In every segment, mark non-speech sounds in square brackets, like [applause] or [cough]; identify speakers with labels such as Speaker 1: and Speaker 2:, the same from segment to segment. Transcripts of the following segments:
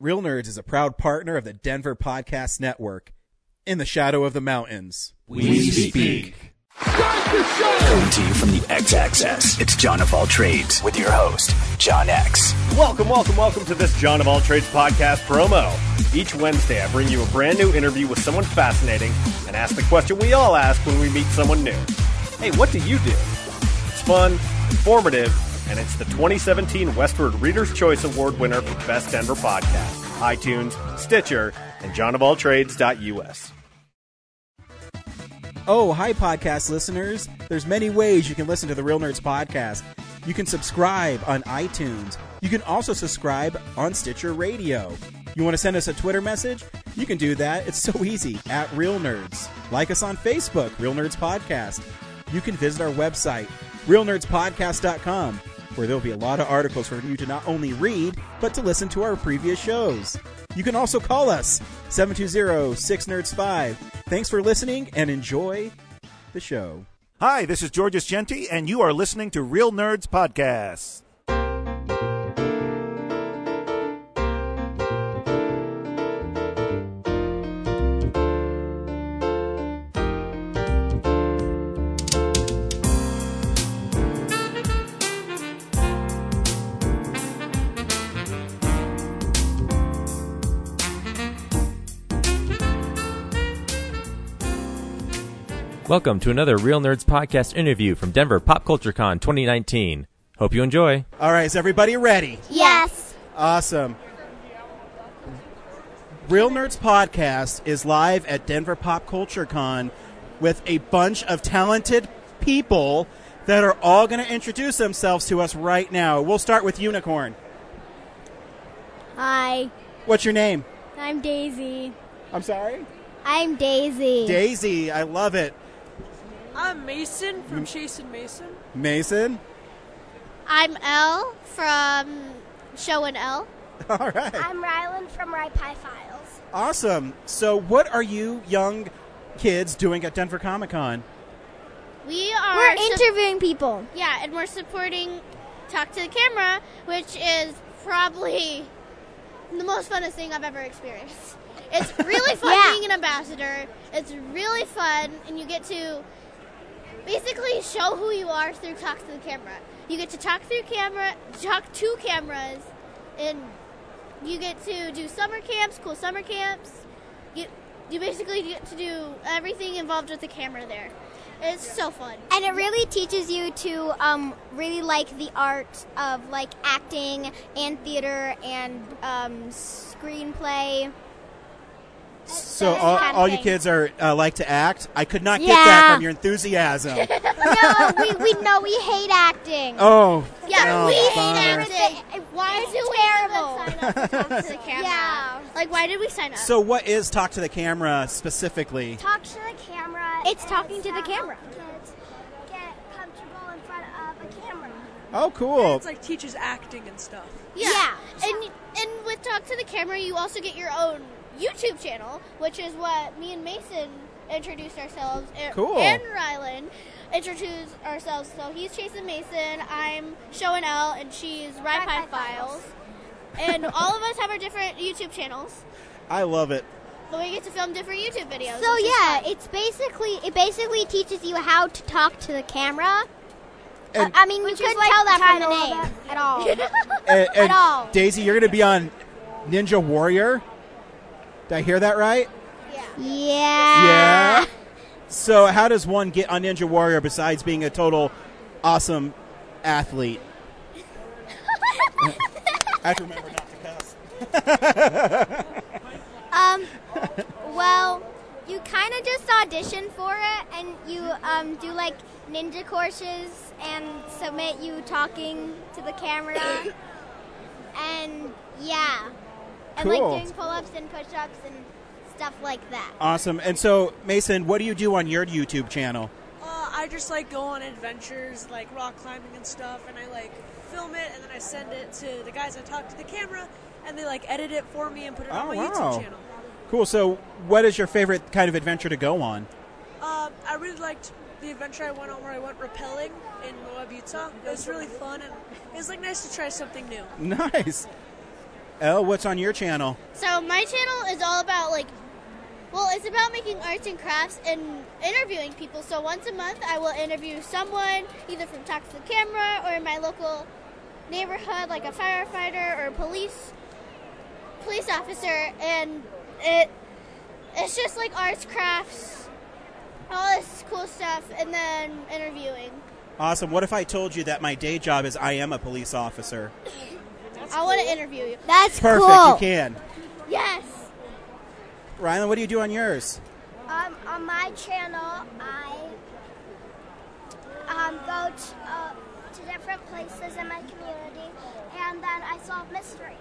Speaker 1: Real Nerds is a proud partner of the Denver Podcast Network. In the shadow of the mountains.
Speaker 2: We speak.
Speaker 3: Coming to you from the X Axis, it's John of All Trades with your host, John X.
Speaker 4: Welcome, welcome, welcome to this John of All Trades podcast promo. Each Wednesday, I bring you a brand new interview with someone fascinating and ask the question we all ask when we meet someone new Hey, what do you do? It's fun, informative, and it's the 2017 Westward Reader's Choice Award winner for Best Denver Podcast, iTunes, Stitcher, and johnofalltrades.us.
Speaker 1: Oh, hi, podcast listeners. There's many ways you can listen to the Real Nerds podcast. You can subscribe on iTunes. You can also subscribe on Stitcher Radio. You want to send us a Twitter message? You can do that. It's so easy at Real Nerds. Like us on Facebook, Real Nerds Podcast. You can visit our website, realnerdspodcast.com, where there'll be a lot of articles for you to not only read, but to listen to our previous shows. You can also call us 720-6nerds5. Thanks for listening and enjoy the show.
Speaker 5: Hi, this is Georges Genti, and you are listening to Real Nerds Podcast.
Speaker 2: Welcome to another Real Nerds podcast interview from Denver Pop Culture Con 2019. Hope you enjoy.
Speaker 1: All right, is everybody ready?
Speaker 6: Yes.
Speaker 1: Awesome. Real Nerds Podcast is live at Denver Pop Culture Con with a bunch of talented people that are all going to introduce themselves to us right now. We'll start with Unicorn.
Speaker 6: Hi,
Speaker 1: What's your name?
Speaker 6: I'm Daisy.
Speaker 1: I'm sorry?
Speaker 6: I'm Daisy.
Speaker 1: Daisy. I love it.
Speaker 7: I'm Mason from
Speaker 1: Mm.
Speaker 7: Chase and Mason.
Speaker 1: Mason?
Speaker 6: I'm Elle from Show and Elle.
Speaker 1: [laughs] All right.
Speaker 8: I'm Rylan from RyPie Files.
Speaker 1: Awesome. So, what are you young kids doing at Denver Comic Con?
Speaker 6: We are.
Speaker 8: We're
Speaker 6: su-
Speaker 8: interviewing people.
Speaker 6: yeah, and we're supporting Talk to the Camera, which is probably the most funnest thing I've ever experienced. [laughs] It's really fun
Speaker 8: Yeah.
Speaker 6: being an ambassador. It's really fun, and you get to basically show who you are through Talk to the Camera. You get to talk through camera, talk to cameras, and you get to do summer camps, cool summer camps. You you basically get to do everything involved with the camera there. It's so fun.
Speaker 8: And it really teaches you to um, really like the art of like acting and theater and
Speaker 6: [laughs]
Speaker 8: um, screenplay.
Speaker 1: So,
Speaker 8: this
Speaker 1: all,
Speaker 8: kind of
Speaker 1: all you
Speaker 8: thing.
Speaker 1: kids are uh, like to act. I could not get
Speaker 8: Yeah.
Speaker 1: that from your
Speaker 8: [laughs]
Speaker 1: enthusiasm.
Speaker 8: no, we, we know we hate acting.
Speaker 1: oh,
Speaker 6: Yeah,
Speaker 1: Oh,
Speaker 6: we hate
Speaker 1: bummer.
Speaker 6: acting. Why do we even sign up to talk [laughs] to the camera?
Speaker 8: Yeah.
Speaker 6: Like, why did we sign up?
Speaker 1: So, what is talk to the camera specifically?
Speaker 8: Talk to the camera.
Speaker 6: It's talking to the camera.
Speaker 8: Kids get comfortable in front of a camera.
Speaker 1: Oh, cool.
Speaker 7: It's like teaches acting and stuff.
Speaker 6: yeah.
Speaker 8: yeah.
Speaker 6: And and with talk to the camera, you also get your own YouTube channel, which is what me and Mason introduced ourselves. and-
Speaker 1: Cool.
Speaker 6: And Rylan introduced ourselves. So he's Chasing Mason. I'm Showing L, and she's Rye Pie
Speaker 8: Pie
Speaker 6: Files. and all of us have our different YouTube channels,
Speaker 1: I love it.
Speaker 6: but we get to film different YouTube videos.
Speaker 8: So
Speaker 6: which is
Speaker 8: yeah,
Speaker 6: fun.
Speaker 8: it's basically it basically teaches you how to talk to the camera.
Speaker 1: And-
Speaker 8: I mean, you couldn't tell that from the name at all.
Speaker 1: And, and
Speaker 8: At all.
Speaker 1: Daisy, you're going to be on Ninja Warrior. Did I hear that right?
Speaker 8: yeah.
Speaker 1: Ah. So, how does one get on Ninja Warrior besides being a total awesome athlete? I have to remember not to cuss.
Speaker 8: Um. Well, you kind of just audition for it, and you um do like ninja courses and submit you talking to the camera, and yeah, and
Speaker 1: Cool.
Speaker 8: like doing pull-ups and push-ups and stuff like that.
Speaker 1: Awesome. And so, Mason, what do you do on your YouTube channel?
Speaker 7: Uh, I just like go on adventures, like rock climbing and stuff, and I like film it and then I send it to the guys I talk to the camera, and they like edit it for me and put it
Speaker 1: Oh,
Speaker 7: on my
Speaker 1: wow.
Speaker 7: YouTube channel.
Speaker 1: Cool. So, what is your favorite kind of adventure to go on? [laughs]
Speaker 7: Um, I really liked the adventure I went on where I went rappelling in Moab, Utah. It was really fun and it was like nice to try something new.
Speaker 1: Nice. Elle, what's on your channel?
Speaker 6: So my channel is all about like, well, it's about making arts and crafts and interviewing people. So once a month, I will interview someone either from Talk to the Camera or in my local neighborhood, like a firefighter or a police police officer, and it it's just like arts, crafts, all this cool stuff, and then interviewing.
Speaker 1: Awesome. What if I told you that my day job is I am a police officer?
Speaker 6: I want to interview you.
Speaker 8: That's
Speaker 1: Perfect.
Speaker 8: cool.
Speaker 1: You can.
Speaker 6: Yes.
Speaker 1: Rylan, what do you do on yours?
Speaker 8: Um, on my channel, I um, go to, uh, to different places in my community, and then I um, solve mysteries.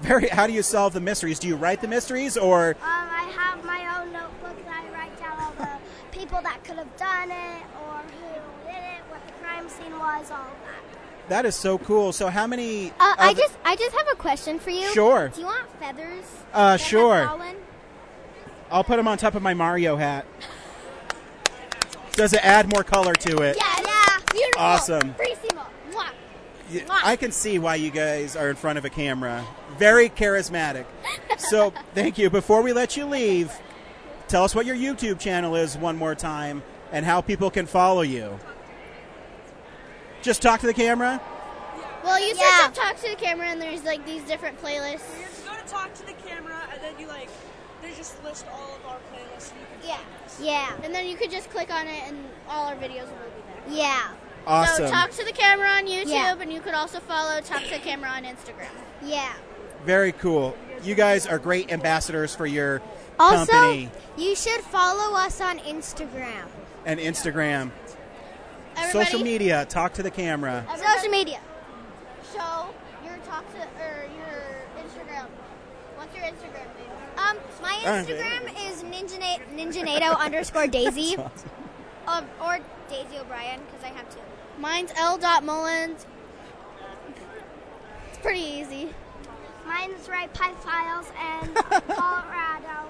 Speaker 1: Very. How do you solve the mysteries? Do you write the mysteries, or
Speaker 8: Um, I have my own notebook that I write down all [laughs] the people that could have done it, or who did it, what the crime scene was, all of that.
Speaker 1: that is so cool? So how many?
Speaker 8: Uh, I
Speaker 1: other-
Speaker 8: just, I just have a question for you.
Speaker 1: Sure.
Speaker 8: Do you want feathers?
Speaker 1: Uh,
Speaker 8: that have
Speaker 1: sure.
Speaker 8: pollen?
Speaker 1: I'll put them on top of my Mario hat. Does it add more color to it?
Speaker 6: Yes. Yeah. Beautiful.
Speaker 1: Awesome.
Speaker 6: Bravissimo. Mwah.
Speaker 1: Y- I can see why you guys are in front of a camera. Very charismatic.
Speaker 8: [laughs]
Speaker 1: So, thank you. Before we let you leave, tell us what your YouTube channel is one more time and how people can follow you. Just talk to the camera?
Speaker 6: Well, you
Speaker 8: Yeah.
Speaker 6: search up Talk to the Camera, and there's like these different playlists.
Speaker 7: You have to go to talk to the camera, and then you like, they just list all of our playlists. And you can
Speaker 8: Yeah. Yeah.
Speaker 6: And then you could just click on it, and all our videos will be there.
Speaker 8: Yeah.
Speaker 1: Awesome.
Speaker 6: So talk to the camera on YouTube,
Speaker 8: Yeah.
Speaker 6: and you could also follow Talk to the Camera on Instagram.
Speaker 8: Yeah.
Speaker 1: Very cool. You guys are great ambassadors for your
Speaker 8: Also,
Speaker 1: company
Speaker 8: you should follow us on Instagram.
Speaker 1: and Instagram.
Speaker 6: Everybody,
Speaker 1: Social media, talk to the camera.
Speaker 8: Social media.
Speaker 6: Show your Talk to or your Instagram. What's your Instagram name?
Speaker 8: Um, my Instagram is ninjana- ninjanato underscore daisy. Um, or Daisy O'Brien, because I have two.
Speaker 6: Mine's L. Dot Mullins. It's pretty easy.
Speaker 8: Mine's right Pie Files and Colorado.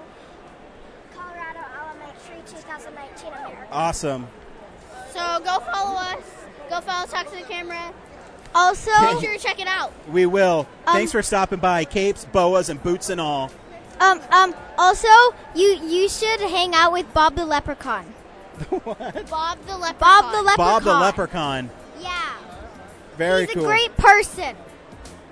Speaker 8: Colorado Elementary 2019 America.
Speaker 1: Awesome.
Speaker 6: So go follow us. Go follow Talk to the Camera.
Speaker 8: Also,
Speaker 6: Make sure you check it out.
Speaker 1: We will. Thanks for stopping by. Capes, boas, and boots and all.
Speaker 8: um, um, also, you you should hang out with Bob
Speaker 1: [laughs]
Speaker 8: the Leprechaun.
Speaker 6: Bob the Leprechaun.
Speaker 8: Bob the Leprechaun.
Speaker 1: Bob the leprechaun.
Speaker 8: Yeah.
Speaker 1: Very
Speaker 8: He's
Speaker 1: cool.
Speaker 8: a great person.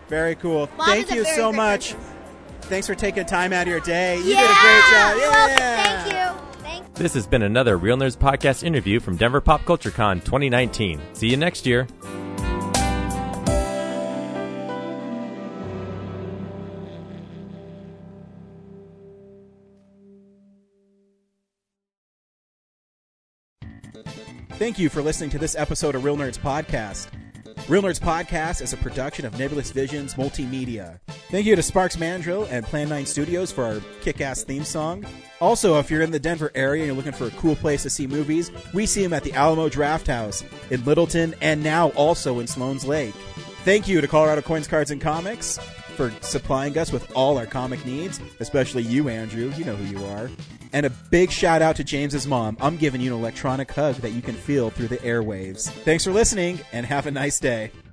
Speaker 1: Very cool.
Speaker 6: Bob
Speaker 1: Thank
Speaker 6: is a
Speaker 1: you
Speaker 6: very
Speaker 1: so
Speaker 6: great
Speaker 1: much.
Speaker 6: person.
Speaker 1: Thanks for taking time out of your day. You
Speaker 8: yeah.
Speaker 1: did a great job.
Speaker 8: Well,
Speaker 1: Yeah.
Speaker 8: thank you. Thank
Speaker 2: This has been another Real Nerds Podcast interview from Denver Pop Culture Con 2019. See you next year.
Speaker 1: Thank you for listening to this episode of Real Nerds Podcast. Real Nerds Podcast is a production of Nebulous Visions Multimedia. Thank you to Sparks Mandrill and Plan 9 Studios for our kick ass theme song. Also, if you're in the Denver area and you're looking for a cool place to see movies, we see them at the Alamo Draft House in Littleton and now also in Sloan's Lake. Thank you to Colorado Coins, Cards, and Comics for supplying us with all our comic needs, especially you, Andrew. You know who you are. And a big shout out to James's mom. I'm giving you an electronic hug that you can feel through the airwaves. Thanks for listening and have a nice day.